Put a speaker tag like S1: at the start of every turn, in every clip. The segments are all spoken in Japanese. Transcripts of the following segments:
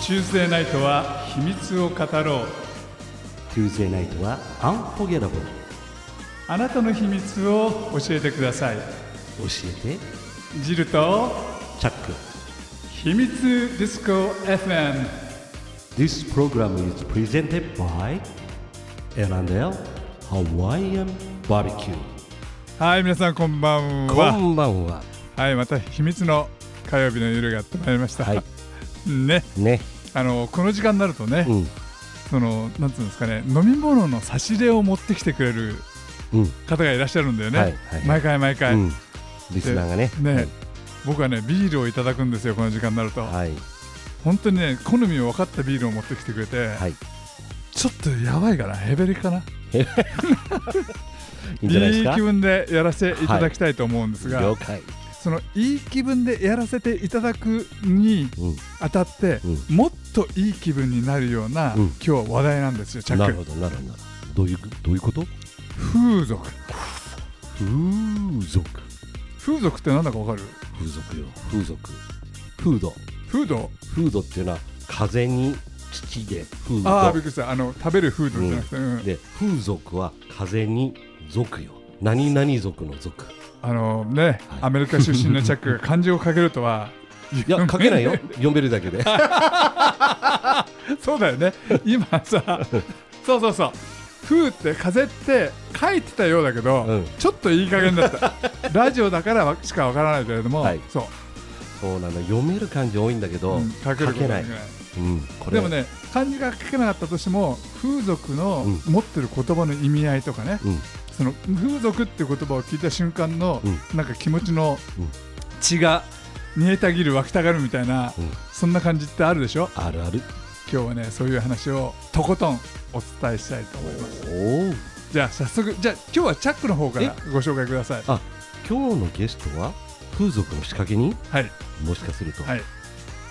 S1: チューズデーナイトは秘密を語ろう
S2: Tuesday night は Unforgettable 教
S1: あなたの秘密を教えてください
S2: えて
S1: ジルと
S2: チャック
S1: 秘密ディスコ FM
S2: This program is presented by L&L Hawaiian Barbecue
S1: はい皆さんこんばん
S2: こ
S1: は
S2: んばんは
S1: はいまた秘密の火曜日の夜がやってまいりました、
S2: は
S1: ね
S2: いね
S1: あのこの時間になるとね、
S2: うん
S1: そのなんつうんですかね飲み物の差し入れを持ってきてくれる
S2: うん
S1: 方がいらっしゃるんだよね、
S2: はいはいはい
S1: 毎回毎回、
S2: うんリスナーがね
S1: ね、僕はねビールをいただくんですよこの時間になると、
S2: はい
S1: 本当にね好みを分かったビールを持ってきてくれて、
S2: はい
S1: ちょっとやばいかなヘベリかない
S2: いんじゃないです
S1: 気
S2: か
S1: 分でやらせていただきたいと思うんですが、
S2: 了解
S1: そのいい気分でやらせていただくに
S2: う
S1: あたって、
S2: う
S1: もっといい気分になるような、
S2: うん
S1: 今日は話題なんですよチャ
S2: んな
S1: ッ
S2: る
S1: ク
S2: ほどなるほどどういうどういうこと
S1: 風俗
S2: 風俗
S1: 風俗ってなんだかわかる
S2: 風俗よ風俗風土
S1: フード
S2: 風土っていうのは風に土で風土
S1: ああびっくりしたあの食べるフードじゃなくて、うん
S2: で風俗は風に属よ何々族の族
S1: あのね、
S2: はい
S1: アメリカ出身のチャックが漢字をかけるとは
S2: いや書けないよ読めるだけで
S1: そうだ よね今さそうそうそう風って風って書いてたようだけど、
S2: うん
S1: ちょっといい加減だった ラジオだからわしかわからないけれども、
S2: はい
S1: そう、
S2: そうなの読める漢字多いんだけど、
S1: うん
S2: 書
S1: こと
S2: けない、
S1: でき
S2: うん、これ
S1: でもね漢字が書けなかったとしても風俗の
S2: う
S1: 持ってる言葉の意味合いとかね、
S2: うん
S1: その風俗っていう言葉を聞いた瞬間の、
S2: う
S1: なんか気持ちの
S2: うん
S1: 血が煮えたぎる湧きたがるみたいな、
S2: うん
S1: そんな感じってあるでしょ
S2: あるある
S1: 今日はねそういう話をとことんお伝えしたいと思います
S2: おお
S1: じゃあ早速じゃあ今日はチャックの方からご紹介ください
S2: あ今日のゲストは風俗の仕掛け人
S1: はい
S2: もしかすると、
S1: はい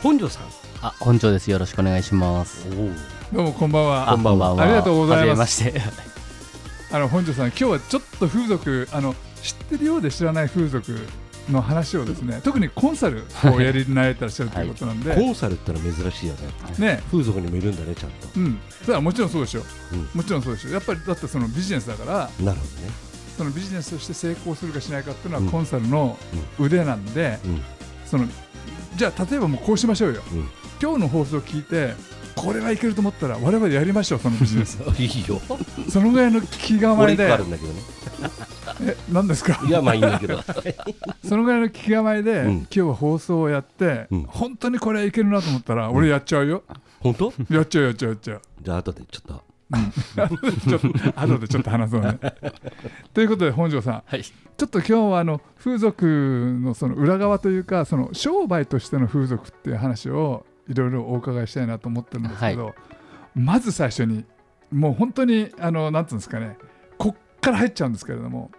S2: 本庄さん
S3: あ、本庄です。よろしくお願いします。
S2: おお
S1: どうもこんばんは
S3: あ
S2: こんばんは
S1: ありがとうございます
S3: はじめまして。
S1: あの本庄さん今日はちょっと風俗あの知ってるようで知らない風俗の話をですね特にコンサルをやりになれてらっしゃるということなんで、
S2: コンサルってのは珍しいよね
S1: ね
S2: 風俗にもいるんだねちゃんと
S1: うんそれはもちろんそうでしょ、
S2: うん
S1: もちろんそうでしょやっぱりだってそのビジネスだから
S2: なるほどね
S1: そのビジネスとして成功するかしないかっていうの
S2: うん
S1: はコンサルの腕なんで、
S2: うん
S1: そのじゃあ例えばもうこうしましょうよ
S2: うん
S1: 今日の放送を聞いてこれはいけると思ったら我々やりましょうそのビジネス
S2: いいよ
S1: そのぐらいの気構
S2: 俺
S1: え
S2: 一個
S1: で
S2: あるんだけどね
S1: え何ですか
S2: いやまあいいんだけど
S1: そのぐらいの気構えで、
S2: うん
S1: 今日は放送をやって、
S2: うん
S1: 本当にこれはいけるなと思ったら、俺やっちゃうよ
S2: 本当
S1: やっちゃうやっちゃうやっちゃう
S2: じゃあ後でちょっと
S1: ちょっと 後でちょっと話そう ねということで本庄さん
S3: はい。
S1: ちょっと今日はあの風俗のその裏側というかその商売としての風俗っていう話をいろいろお伺いしたいなと思ってるんですけど、まず最初にもう本当にあのなんていうんですかねこっから入っちゃうんですけれども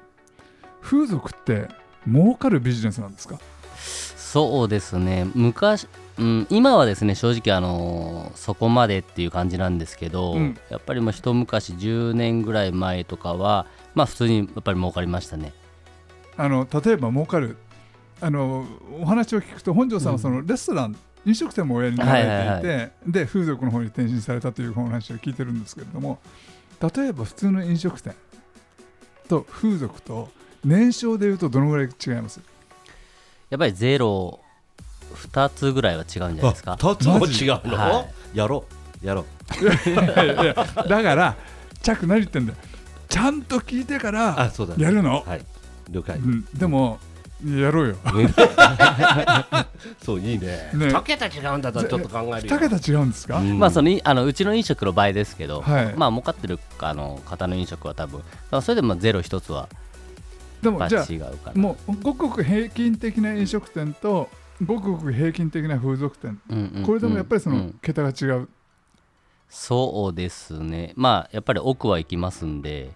S1: 風俗って儲かるビジネスなんですか
S3: そうですね。昔、うん、今はですね、正直あのーそこまでっていう感じなんですけど、
S1: うん
S3: やっぱりもう一昔10年ぐらい前とかは、まあ普通にやっぱり儲かりましたね。
S1: あの例えば儲かるあのお話を聞くと本庄さんはそのレストラン、飲食店もおやりになられていて、
S3: は
S1: で風俗の方に転身されたというお話を聞いてるんですけれども例えば普通の飲食店と風俗と年商でいうとどのぐらい違い ます
S3: やっぱりゼロ、2つぐらいは違うんじゃないですか。
S2: 2つも違うの、
S3: は
S2: やろうやろう
S1: いやいやだからチャック何言ってんだよちゃんと聞いてから
S2: あそうだね
S1: やるの、
S2: はい了解、
S1: うん、でもやろうよ
S2: そういいね
S1: ね
S2: 2桁違うんだったらちょっと考えるよ
S1: 2、桁違うんですか、
S2: うん
S3: まあそのいあのうちの飲食の場合ですけど、
S1: はい
S3: まあ儲かってるあの方の飲食は多分、まあそれでもゼロ一つは
S1: で
S3: や
S1: も
S3: っ
S1: じ
S3: ぱ
S1: ゃあ
S3: 違うから。
S1: もうごくごく平均的な飲食店とごくごく平均的な風俗店、
S3: うんうんうん
S1: これでもやっぱりその、
S3: うん
S1: 桁が違う
S3: そうですね、まあやっぱり奥は行きますんで、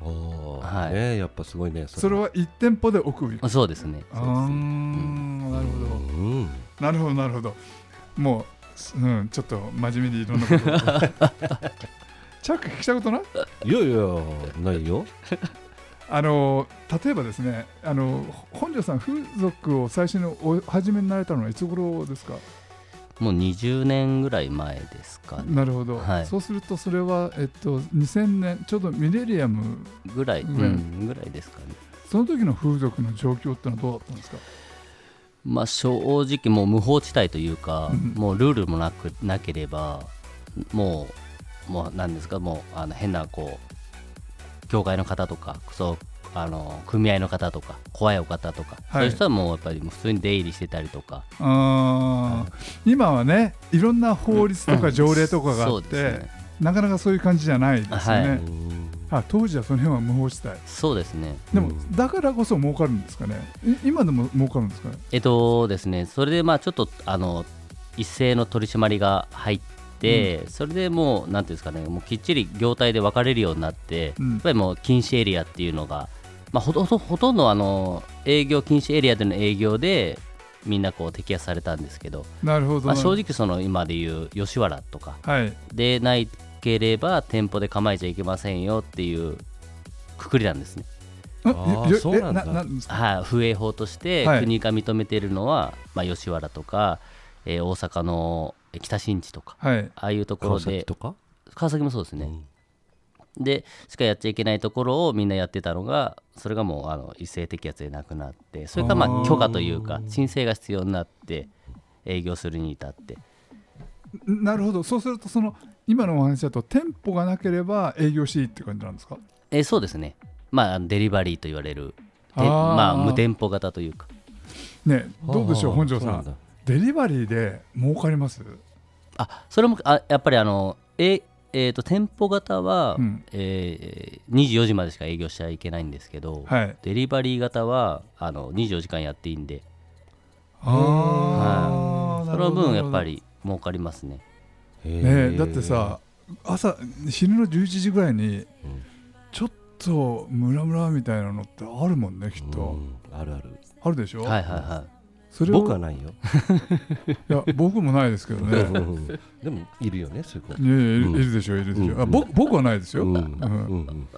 S2: おー
S3: はい
S2: ねやっぱすごいね
S1: それは1店舗で奥行く
S3: そうですね、
S1: あ
S3: そうですね
S1: ーなるほ
S2: う
S1: ど
S2: ん
S1: なるほどなるほどもう、うん、ちょっと真面目にいろんなこと をチャック聞きたことない
S2: いやいやないよ
S1: あの例えばですねあの本庄さん風俗を最初にお始めになられたのはいつ頃ですか
S3: もう20年ぐらい前ですかね
S1: なるほど、
S3: はい
S1: そうするとそれは、えっと、2000年ちょうどミレリアム
S3: ぐらい、うん
S1: うん
S3: ぐらいですかね
S1: その時の風俗の状況ってのはどうだったんですか
S3: まあ正直もう無法地帯というか、
S1: うん
S3: もうルールもなくなければもうもうなんですかもうあの変なこう教会の方とかそうあの組合の方とか怖いお方とか、
S1: はい
S3: そういう人はもうやっぱりもう普通に出入りしてたりとか
S1: あー今はねいろんな法律とか条例とかがあ
S3: そう
S1: っ
S3: で
S1: て、
S3: すね
S1: なかなかそういう感じじゃないですよね、
S3: はい
S2: うん
S1: あ当時はその辺は無法地帯
S3: そうですね
S1: でも、
S2: うん
S1: だからこそ儲かるんですかねい今でも儲かるんですかね
S3: えっとですね、それでまあちょっとあの一斉の取り締まりが入って、それでもう、なんていうんですかね、もうきっちり業態で分かれるようになって、
S1: うん
S3: やっぱりもう禁止エリアっていうのが、まあ、ほとほとほとんどあの営業、禁止エリアでの営業で、みんなこう摘発されたんですけど、
S1: なるほど、
S3: まあ、正直、その今でいう吉原とか
S1: はい
S3: でないければ、店舗で構えちゃいけませんよっていうくくりなんですね。
S1: あ
S2: ー
S1: よ
S2: そうなんだ
S1: えなんですか
S3: はい、風営法として
S1: はい
S3: 国が認めているのは、まあ、吉原とか、えー大阪のえー北新地とか
S1: はい
S3: ああいうところ
S2: 川
S3: で
S2: 崎とか、
S3: 川崎もそうです
S2: う
S3: ね、
S2: ん
S3: でしかやっちゃいけないところをみんなやってたのがそれがもうあの一斉摘発でなくなってそれから
S1: あ
S3: ま
S1: ー
S3: あ許可というか申請が必要になって営業するに至って
S1: なるほどそうするとその今のお話だと店舗がなければ営業していいって感じなんですか
S3: えーそうですねまあデリバリーと言われる
S1: あ
S3: で
S1: ー
S3: まあ無店舗型というか
S1: ねどうでしょう
S2: はあは
S1: 本
S2: あ
S1: 庄さ
S2: そうなん
S1: ん
S2: だ
S1: デリバリーで儲かります
S3: あそれもあやっぱりあのええーと店舗型は、
S1: うん
S3: えー24時までしか営業しちゃいけないんですけど、
S1: はい
S3: デリバリー型はあの24時間やっていいんで
S1: ああ
S3: その分やっぱり儲かりますね
S1: ね
S2: へえ
S1: だってさ朝昼の11時ぐらいに
S2: うん
S1: ちょっとムラムラみたいなのってあるもんねきっと
S2: うんあるある
S1: あるでしょ
S3: はいはいは
S1: それを
S2: 僕はないよ
S1: いや僕もないですけど ね
S2: うんうんうんでもいるよねそういうこと
S1: いやいやいる
S2: うん
S1: いるでしょいるでし
S2: うん
S1: ょあ僕僕はないですよ
S2: うんうん
S1: う
S2: うんんうん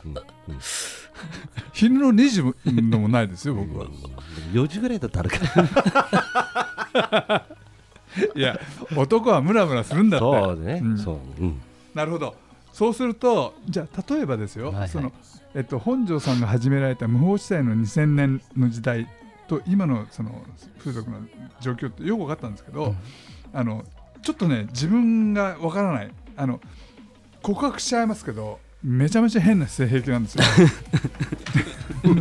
S1: 昼の2時ものもないですよ僕
S2: う
S1: は
S2: ん4時ぐらいだったらあるから
S1: いや男はムラムラするんだ って
S2: そうね
S1: うん
S2: そううん
S1: なるほどそうするとじゃあ例えばですよ、
S3: はいはい
S1: そのえっと、本庄さんが始められた無法地帯の2000年の時代と今のその風俗の状況ってよく分かったんですけど、あのちょっとね自分が分からないあの告白しちゃいますけどめちゃめちゃ変な性癖なんですよ。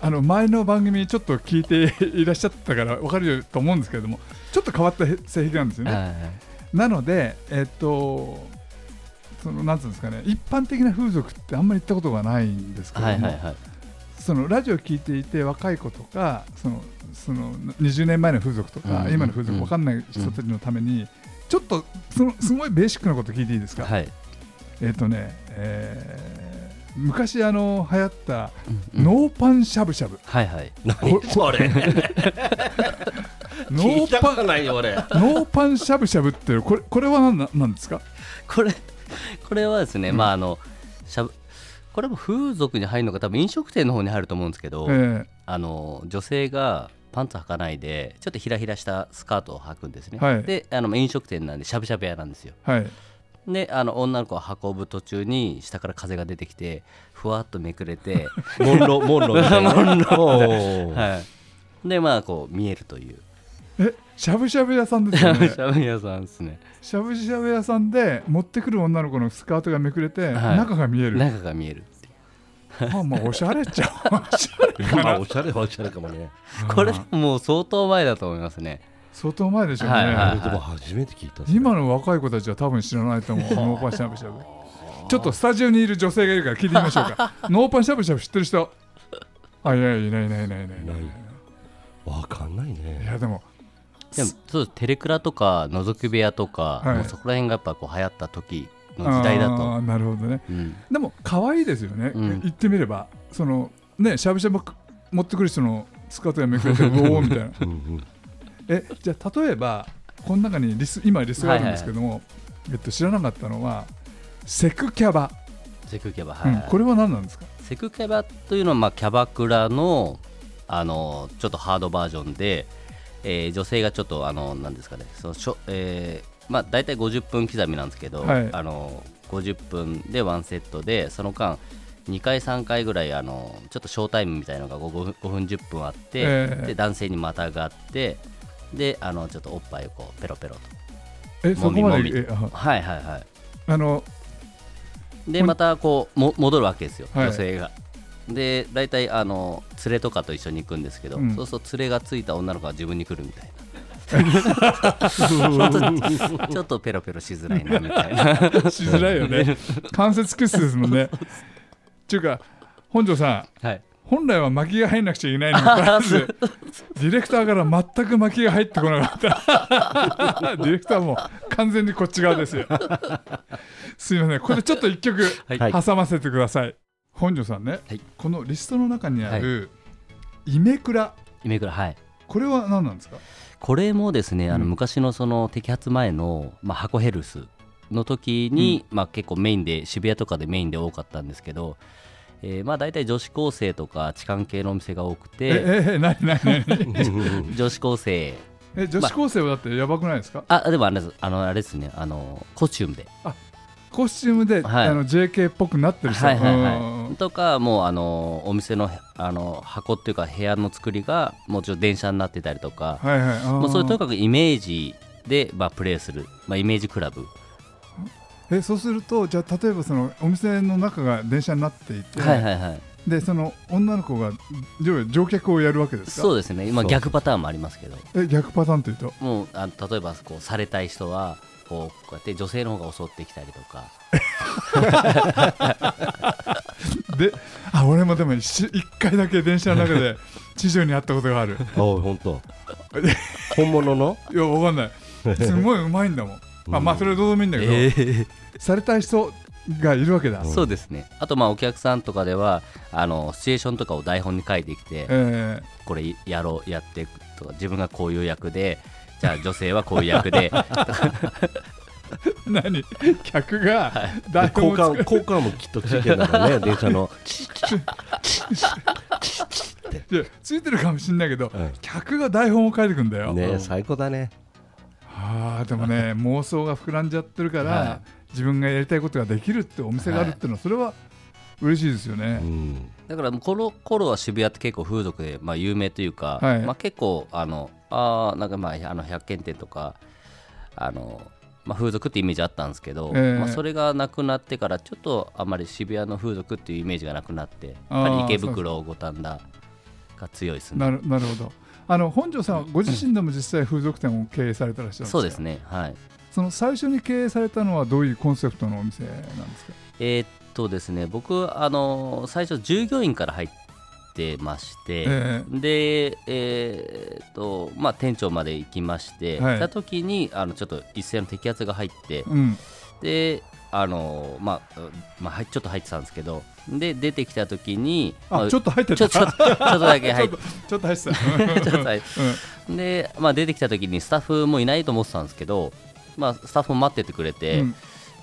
S1: あの前の番組ちょっと聞いていらっしゃったから分かると思うんですけれどもちょっと変わった性癖なんですよ
S3: い
S1: ね。なので、えっと、そのなんつうんですかね、一般的な風俗ってあんまり行ったことがないんですけども、
S3: はいはいはい
S1: そのラジオ聞いていて若い子とか、そのその20年前の風俗とか、
S3: うん
S1: 今の風俗わかんない人たちのために、ちょっとそのすごいベーシックなこと聞いていいですか。
S3: はい
S1: えっとね、えー昔あの流行った
S3: うん
S1: ノーパンしゃぶしゃぶ、
S3: はいはい
S1: こ
S2: 何それ
S1: ノ
S2: 聞い
S1: ー
S2: た
S1: パ
S2: ことないよ俺
S1: ンノーパンしゃぶしゃぶってこれこれは何ななんですか？
S3: これこれはですね、
S1: うん
S3: まああのしゃぶこれも風俗に入るのか多分飲食店の方に入ると思うんですけど、
S1: えー
S3: あの女性がパンツ履かないでちょっとひらひらしたスカートを履くんですね、
S1: はい
S3: であの飲食店なんでしゃぶしゃぶ屋なんですよ
S1: はい。
S3: であの女の子を運ぶ途中に下から風が出てきてふわっとめく れて、
S2: モンロモンロみたいなおー
S3: はい、でまあこう見えるという
S1: えしゃぶしゃぶ屋さんです
S3: しゃ
S1: よ
S3: ぶ
S1: ね
S3: しゃぶ屋さんですね
S1: しゃぶしゃぶ屋さんで持ってくる女の子のスカートがめくれて、
S3: はい
S1: 中が見える
S3: 中が見えるってい
S1: まあまあおしゃれっちゃおしゃれか
S2: まあ
S1: な
S2: おしゃれはおしゃれかもね
S3: うこれでももう相当前だと思いますね
S1: 相当前でしょうね、
S3: はいは
S2: あ
S3: い
S2: れでも初めて聞いた
S1: 今の若い子たちは多分知らないと思うノーパンしゃぶしゃぶちょっとスタジオにいる女性がいるから聞いてみましょう かノーパンしゃぶしゃぶ知ってる人あいやいやいないいないいないいないいない
S2: ないわかんない
S1: い
S2: ね
S1: やでも
S3: でもそうですテレクラとか覗き部屋とか、
S1: はい
S3: もうそこら辺がやっぱこう流行った時の時代だ
S1: あ
S3: と
S1: ーなるほどね
S3: うん
S1: でも可愛いですよね、
S3: うん
S1: 言ってみればそのねしゃぶしゃぶ持ってくる人のスカートがめくれてうおーみたいな
S2: うんうん
S1: えじゃあ例えばこの中にリス今リストがあるんですけども、えっと、知らなかったのはセクキャバ、
S3: セクキャバはい、
S1: うんこれは何なんですか
S3: セクキャバというのはまあキャバクラのあのちょっとハードバージョンで、えー女性がちょっとあのなんですかねそのしょ、えーまあ、大体50分刻みなんですけど、
S1: はい
S3: あの50分で1セットでその間2回3回ぐらいあのちょっとショータイムみたいなのが 5, 分5分10分あって、
S1: ええ
S3: で男性にまたがってであのちょっとおっぱいをこうペロペロと
S1: えそこま
S3: もみもみ
S1: でえあ
S3: はいはいは
S1: あの
S3: いで
S1: ほん
S3: またこうも戻るわけですよ、
S1: はい
S3: 女性がで大体あの連れとかと一緒に行くんですけど、
S1: うん
S3: そうすると連れがついた女の子が自分に来るみ たいなちょっとペロペロしづらいなみたい な。
S1: しづらいよ ね関節屈折ですもんねっていうか本庄さん
S3: はい。
S1: 本来は巻きが入んなくちゃいけない のにかかわらずディレクターから全く巻きが入ってこなかった ディレクターも完全にこっち側ですよ すいませんこれちょっと一曲
S3: はい
S2: はい
S1: 挟ませてください、本庄さんね、
S3: はい
S1: このリストの中にある、イメクラ
S3: 夢倉はい。
S1: これは何なんですか
S3: これもですね、あ
S1: う
S3: の
S1: ん
S3: 昔のその摘発前の、まあ、箱ヘルスの時に、まあ、結構メインで渋谷とかでメインで多かったんですけど、えーまあ大体女子高生とか痴漢系のお店が多く
S1: え
S3: て
S1: ええ何何 何
S3: 女子高生
S1: え女子高生はだってやばくないですか、
S3: あでもあれですあのあれですねあのコスチュームで
S1: コスチュームで、
S3: はい
S1: あの JK っぽくなってる人、
S3: はいはい
S1: うん
S3: はい、とかもうあのお店のあの箱っていうか部屋の作りがもうちょっと電車になってたりとか、
S1: はいはいあー
S3: まあ、それとにかくイメージで、まあ、プレーする、まあ、イメージクラブ、
S1: えそうするとじゃあ例えばそのお店の中が電車になっていて、
S3: はいはいはい
S1: でその女の子が要は乗客をやるわけですか
S3: そうですね今
S2: そう
S3: 逆パターンもありますけど
S1: え逆パターンというと
S3: もうあの例えばこうされたい人はこうこうやって女性の方が襲ってきたりとか
S1: であ俺もでも一一回だけ電車の中で地上に会ったことがある
S2: おい本当本物の
S1: いやわかんないすごいうまいんだ もん、まあ、まあそれはどうでもいいんだけど、されたい人がいるわけだ、
S3: そうですねあとまあお客さんとかではあのシチュエーションとかを台本に書いてきて
S1: え
S3: これやろうやってとか自分がこういう役でじゃあ女性はこういう 役で
S1: ー、何客が台本
S2: 効
S1: を作
S2: 果
S1: る
S2: 効果もきっとついてんだろうね電車の
S1: いやついてるかもしれないけど、
S2: うん
S1: 客が台本を書いてくんだよ、
S2: ね最高だね
S1: あーでも ね妄想が膨らんじゃってるから、
S3: は
S1: 自分がやりたいことができるってお店があるっていうのはそれは嬉しいですよ
S2: う
S1: ね、
S2: ん
S3: だからこの頃は渋谷って結構風俗で、まあ、有名というか、
S1: はい
S3: まあ、結構あのあーなんかまああの百貨店とかあの、まあ、風俗ってイメージあったんですけど、
S1: ええ
S3: まあ、それがなくなってからちょっとあんまり渋谷の風俗っていうイメージがなくなってやっ
S1: あー
S3: ぱり池袋五反田が強いですね
S1: なるなるほどあの本庄さんはご自身でも実際風俗店を経営されたらっしゃるんですか
S3: そうですねはい
S1: その最初に経営されたのはどういうコンセプトのお店なんですか
S3: えーっとですね僕あの最初従業員から入ってまして、
S1: え
S3: で、えーっとまあ、店長まで行きまして、
S1: はい
S3: た時にあのちょっと一斉の摘発が入って
S1: え、うん
S3: であの、まあうんまあ、はいちょっと入ってたんですけどで出てきた時にま
S1: あちょっと入って
S3: ちょ
S1: た
S3: ちょっとちょっとだけ入っ
S1: ちょ
S3: て
S1: っ とちょっと入って た
S3: ちょっと入ってで、まあ、出てきた時にスタッフもいないと思ってたんですけど、まあ、スタッフも待っててくれて、
S1: うん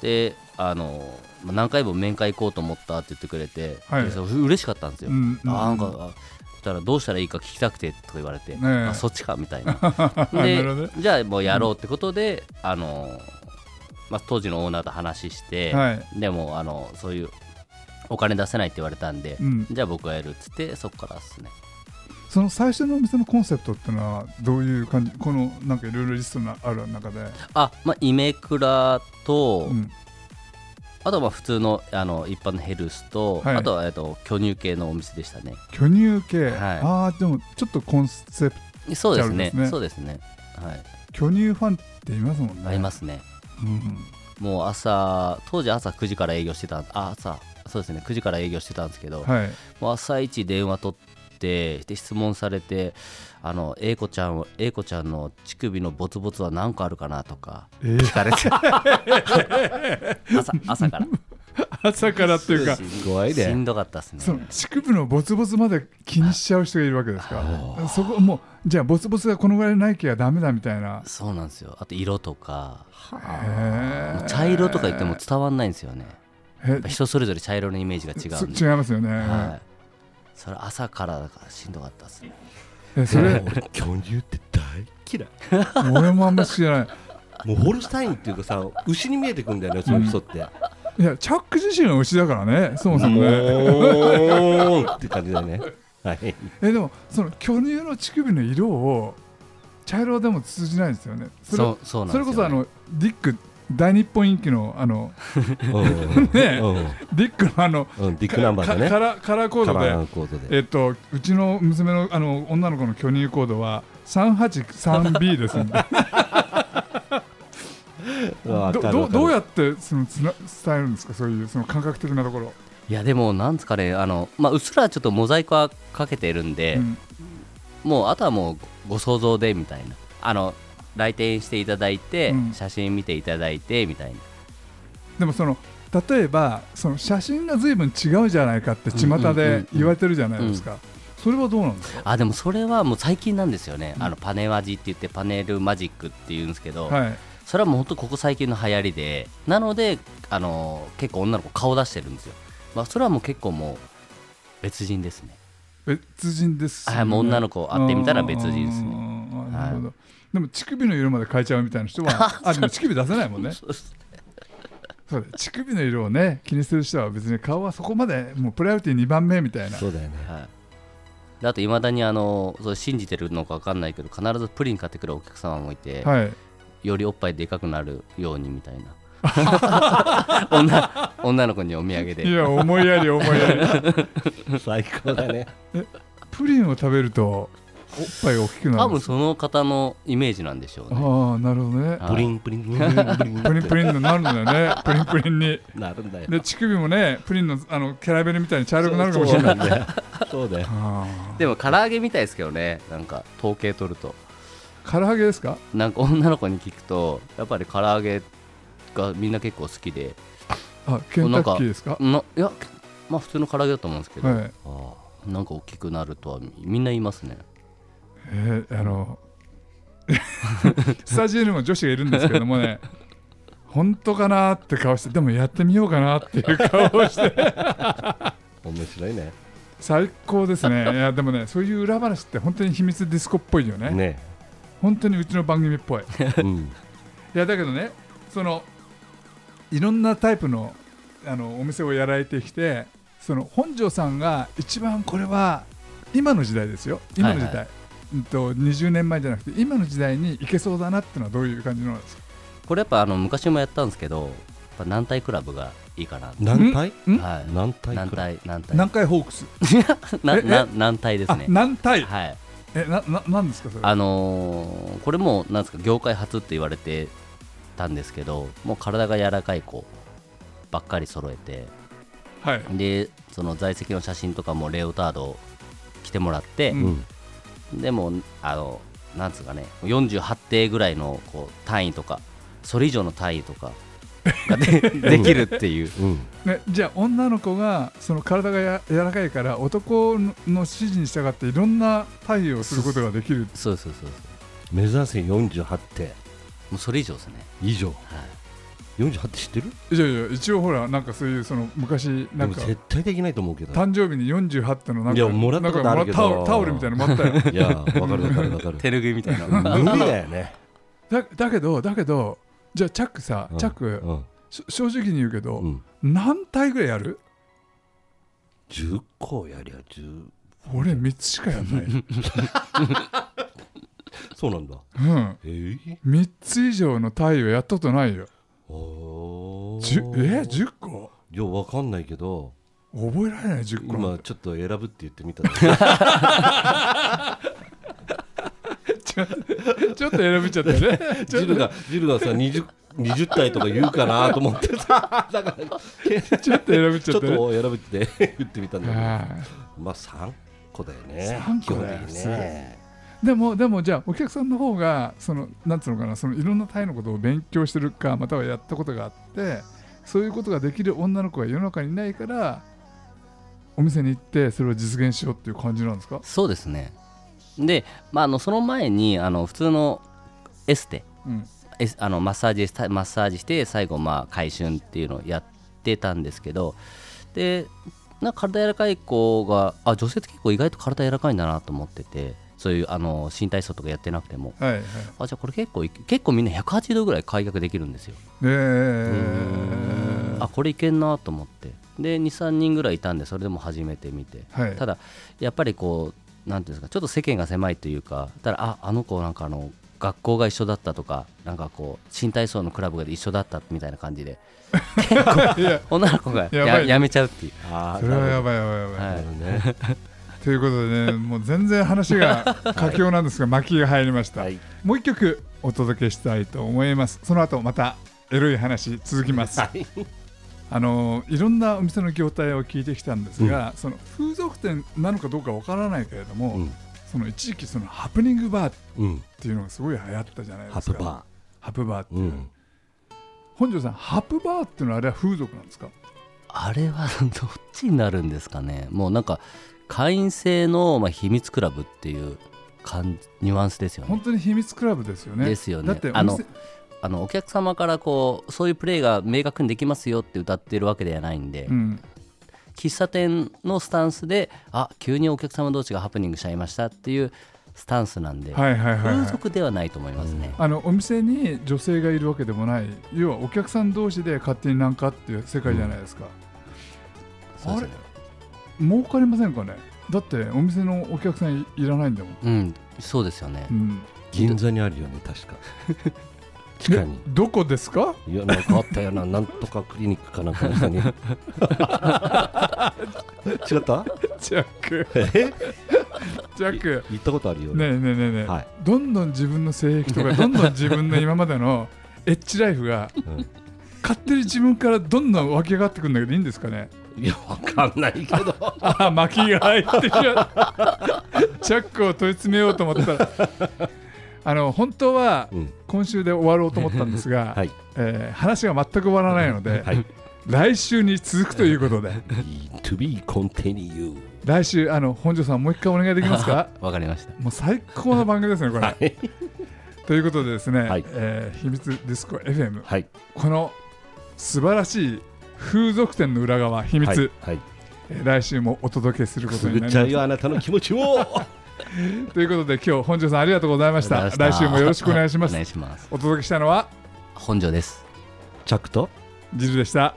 S3: であのまあ何回も面会行こうと思ったって言ってくれて、
S1: はい
S3: でそう嬉しかったんですよ、
S1: うん
S3: あなんかあそしたらどうしたらいいか聞きたくてとか言われて、
S1: ねえ
S3: あそっちかみ たいな
S1: な
S3: で
S1: るほどね
S3: じゃあもうやろうってことで、あのまあ、当時のオーナーと話して、
S1: はい
S3: でもあのそういうお金出せないって言われたんで、
S1: うん
S3: じゃあ僕がやるっつってそこからですね
S1: その最初のお店のコンセプトってのはどういう感じこのなんかいろいろリストのある中で、
S3: あまあイメクラと、
S1: うん
S3: あとはまあ普通のあの一般のヘルスと、
S1: はい
S3: あとは、えっと、巨乳系のお店でしたね
S1: 巨乳系、
S3: はい
S1: ああでもちょっとコンセプト
S3: そうです
S1: ギャルで
S3: ね
S1: すね
S3: そうですねはい、
S1: 巨乳ファンっていますもんね、
S3: ありますすね
S1: うん
S3: もう朝当時朝9時から営業してたあ朝そうですね9時から営業してたんですけど、
S1: はい、
S3: もう朝一電話取ってで質問されてあの A 子ちゃんを A 子ちゃんの乳首のボツボツは何個あるかな とか
S1: え
S3: 聞かれて朝朝から
S1: 朝からっていうか
S3: す
S2: ごいね
S3: しんどかったですね
S1: その乳首のボツボツまで気にしちゃう人がいるわけですからそこもうじゃあボツボツがこのぐらいないきゃダメだみたいな
S3: そうなんですよあと色とか
S1: へ
S3: もう茶色とか言っても伝わんないんですよね
S1: え
S3: やっぱ人それぞれ茶色のイメージが違
S1: そ
S3: うんで
S1: 違いますよね、
S3: はい、それ朝からだからしんどかったですね
S1: えそれ
S2: 俺恐竜って大嫌い
S1: 俺もあんま知らない
S2: もうホルスタインっていうかさ牛に見えてくんだよねそういう人って、
S1: いやチャック自身が牛だからねそもそもね
S2: もーんって感じだねはい
S1: えでもその巨乳の乳首の色を茶色でも通じないんですよねそれ
S3: そうそうなん
S1: そ
S3: です
S1: れ
S3: よ、ね、
S1: こそあのディック大日本インキのあの
S2: うん
S1: ね
S2: う
S1: ディックのあの
S2: んうんディックナンバーだね
S1: カラーカラーコー
S2: カ
S1: ド
S2: バ
S1: で
S2: ーコードで
S1: えっと、うちの娘のあの女の子の巨乳コードは 383B ですんで
S2: わ
S1: ど
S2: かる
S1: ど
S2: わ
S1: う
S2: かる
S1: どうやってそのつな伝えるんですかそういうその感覚的なところ、
S3: いやでもなんですかねあの、まあ、うっすらちょっとモザイクはかけてるんで、
S1: うん
S3: もうあとはもうご想像でみたいなあの来店していただいて、
S1: うん
S3: 写真見ていただいてみたいな
S1: でもその例えばその写真が随分違うじゃないかって巷で言われてるじゃないですか、それはどうなんですか、
S3: あでもそれはもう最近なんですよね、
S1: うん
S3: あのパネマジって言ってパネルマジックっていうんですけど、
S1: はい、
S3: それはもう本当ここ最近の流行りでなのであの結構女の子顔出してるんですよ、まあ、それはもう結構もう別人です ね
S1: 別人です、
S3: はいもう女の子会ってみたら別人ですね
S1: ねなるほど、でも乳首の色まで変えちゃうみたいな 人はあでも乳首出せないもんね
S3: そうです
S1: そうだよ乳首の色をね気にする人は別に顔はそこまでもうプライオリティ2番目みたいな
S2: そうだよね
S3: はい、であといまだにあのそれ信じてるのか分かんないけど必ずプリン買ってくるお客様もいて、
S1: はい
S3: よりおっぱいでかくなるようにみたい な女女の子にお土産
S1: い
S3: で
S1: や思いやり思い やり
S2: 最高だね
S1: プリンを食べるとおっぱいが大きくなるん
S3: 多
S1: で
S3: 分
S1: す
S3: その方のイメージなんでしょうね
S1: ああなるほどね
S3: はい
S2: プリンプリンプリン
S1: プリンプリンになるんだよねプリンプリンに
S2: なるんだよ
S1: で乳首もねプリンのあのキャラメルみたいに茶色くなるかもし
S2: そう
S1: れない
S2: んだよそうだよ
S1: あ
S3: でも唐揚げみたいですけどねなんか統計取ると
S1: あ唐揚げですか
S3: なんか女の子に聞くとやっぱり唐揚げがみんな結構好きで
S1: あケンタッキーですか
S3: ないやまあ普通の唐揚げだと思うんですけど、
S1: はい
S3: ああなんか大きくなるとはみんな言いますね
S1: えーあの スタジオにも女子がいるんですけどもね本当かなーって顔してでもやってみようかなっていう顔をして
S2: 面白いね
S1: 最高ですねいやでもねそういう裏話って本当に秘密ディスコっぽいよね
S2: ね
S1: 本当にうちの番組っぽい
S2: うん
S1: いやだけどねそのいろんなタイプのあのお店をやられてきてその本庄さんが一番これは今の時代ですよ今の時代、
S3: はいは
S1: うんと20年前じゃなくて今の時代にいけそうだなってのはどういう感じなんですか
S3: これやっぱあの昔もやったんですけどやっぱ軟体クラブがいいかなって
S2: 軟体
S1: ん
S3: はい
S2: 軟体
S3: 軟
S2: くらい
S3: 体軟体
S1: 南海ホークス、
S3: な
S1: え
S3: な軟体です
S1: あ
S3: ね
S1: 南海
S3: はい
S1: えなななんですかそれ
S3: あのーこれもなんですか業界初って言われてたんですけどもう体が柔らかい子ばっかり揃えて
S1: はい
S3: でその在籍の写真とかもレオタードを着てもらって、
S1: う
S2: うん
S3: でもあのなんつうかね48艇ぐらいのこう単位とかそれ以上の単位とかがでできるっていう
S2: うん
S1: ね、じゃあ女の子がその体がや柔らかいから男の指示に従っていろんな対応をすることができる
S3: そうそうそうそう
S2: 目指せ48手
S3: もうそれ以上ですね、
S2: 以上
S3: はい、
S2: 48手知ってる
S1: いやいや一応ほらなんかそういうその昔
S2: で
S1: なん
S2: も
S1: か
S2: 絶対できないと思うけど
S1: 誕生日に48ってのなんか
S2: いやもらったことあるけど
S1: なんかもらタオルタオルみたいなのもらったよ
S2: いやわかるわかるわ かる
S3: 手拭いみたいな
S2: 無理だよね
S1: だだけどだけどじゃあチャックさ、チャック
S2: うん
S1: し正直に言うけど、
S2: うん
S1: 何体ぐらいやる
S2: 10個やりゃ10
S1: 俺3つしかやんない、
S2: そうなんだ
S1: うん、
S2: ええ
S1: 3つ以上の体をやったことないよ
S2: お
S1: じゅえ
S2: ー
S1: 10個
S2: いやわかんないけど
S1: 覚えられない10個
S2: 今ちょっと選ぶって言ってみたら
S1: ちょっと選びちゃったよ ねちょ
S2: ジルがジルがさ 20, 20体とか言うかなと 思ってさだから
S1: ちょっと選びち
S2: ち
S1: ゃ
S2: ょ
S1: っ
S2: った
S1: ね。
S2: と選ぶって言って みたんだけど
S1: は
S2: まあ3個だよね
S1: 三個だよ
S2: 基本的にね
S1: いでもでもじゃあお客さんの方がそのなんつうのかなそのいろんなタイのことを勉強してるかまたはやったことがあってそういうことができる女の子が世の中にいないからお店に行ってそれを実現しようっていう感じなんですか、
S3: そうですねで、まあ、あのその前にあの普通のエステ
S1: うん
S3: エスあのマッサージしたマッサージして最後まあ回春っていうのをやってたんですけどでなんか体柔らかい子があ女性って結構意外と体柔らかいんだなと思っててそういうあの新体操とかやってなくても
S1: はいはい。
S3: あじゃあこれ結構い結構みんな180度ぐらい開脚できるんですよ
S1: ええ
S3: あこれいけんなと思ってで23人ぐらいいたんでそれでも初めて見て
S1: はい。
S3: ただやっぱりこうなんていうんですかちょっと世間が狭いというかただああの子なんかあの学校が一緒だったとかなんかこう新体操のクラブが一緒だったみたいな感じで 結構
S1: いや、
S3: 女の子が
S1: や
S3: や
S1: ばい
S3: や
S1: ね
S3: めちゃうっていう
S2: あ
S1: それはやばいやばいやばい。
S3: はい
S2: ね。
S1: ということでね、もう全然話が佳境なんですが、巻きが入りました。
S2: はい
S1: もう一曲お届けしたいと思います。その後またエロい話続きます。
S2: はい
S1: あのいろんなお店の業態を聞いてきたんですが、その風俗店なのかどうかわからないけれども、
S2: うん
S1: その一時期そのハプニングバーっ
S2: うん。
S1: ていうのがすごい流行ったじゃないで
S2: ハ
S1: す
S2: プ
S1: か。
S2: バ
S1: ハプバーって
S2: ー。う
S1: いう、
S2: ん。
S1: 本庄さんハプバーっていうのはあれは風俗なんですか
S3: あれはどっちになるんですかねもうなんか会員制の、まあ、秘密クラブっていう感じニュアンスですよね
S1: 本当に秘密クラブですよね
S3: ですよね
S1: だってお店
S3: あのあのお客様からこうそういうプレイが明確にできますよって歌ってるわけではないんで、
S1: うん、
S3: 喫茶店のスタンスであ急にお客様同士がハプニングしちゃいましたっていうスタンスなんで、
S1: はいはいはい、は
S3: 風
S1: い、
S3: 俗ではないと思いますね、
S1: あのお店に女性がいるわけでもない要はお客さん同士で勝手になんかっていう世界じゃないですか、
S3: そうですね
S1: 儲かりませんかねだってお店のお客さんいいらないんだもん、
S3: うんそうですよね、
S1: うん、
S2: 銀座にあるよね、確 か。地下に。
S1: どこですか
S2: いや、なんかあったよな、なんとかクリニックかなんかの下に。違った
S1: ジャック
S2: え
S1: ジャック
S2: 行ったことあるよ
S1: ね
S2: ね。
S1: えねえねえねえ、
S2: はい。
S1: どんどん自分の性癖とかどんどん自分の今まで のエッチライフが
S2: うん
S1: 勝手に自分からどんどん湧き上がってくるんだけどいいんですかね
S2: いや、わかんないけど。
S1: ああ巻きが入ってきたチャックを問い詰めようと思ったらあの本当は
S2: うん。
S1: 今週で終わろうと思ったんですが、
S2: はい。
S1: えー話が全く終わらないので、
S2: はい。
S1: 来週に続くということで
S2: to be continue。
S1: 来週あの本庄さんもう一回お願いできますか
S3: わかりました
S1: もう最高の番組ですねこれ、
S2: はい。
S1: ということでですね、
S2: はい
S1: えー秘密ディスコ FM、
S2: はい。
S1: この素晴らしい風俗店の裏側秘密、
S2: はい。はい。
S1: えー来週もお届けする
S2: く
S1: こと
S2: す
S1: に
S2: ぐ
S1: な
S2: っ
S1: り
S2: ちゃ
S1: ま
S2: う
S1: す
S2: よ、あなたの気持ちを。
S1: ということで今日本庄さんありがとうございました
S3: ありがとうございま
S1: 来週もよろしくお願いしま
S3: お
S1: す
S3: 願いします
S1: お届けしたのは
S3: 本庄です
S2: チャックと。
S1: ジルでした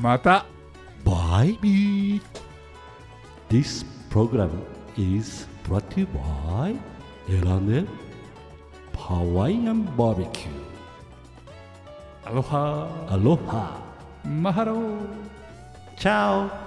S1: また
S2: by me. This program is brought to you by Elane Hawaiian Barbecue.
S1: アロハ
S2: Aloha.
S1: マハロー
S2: Ciao.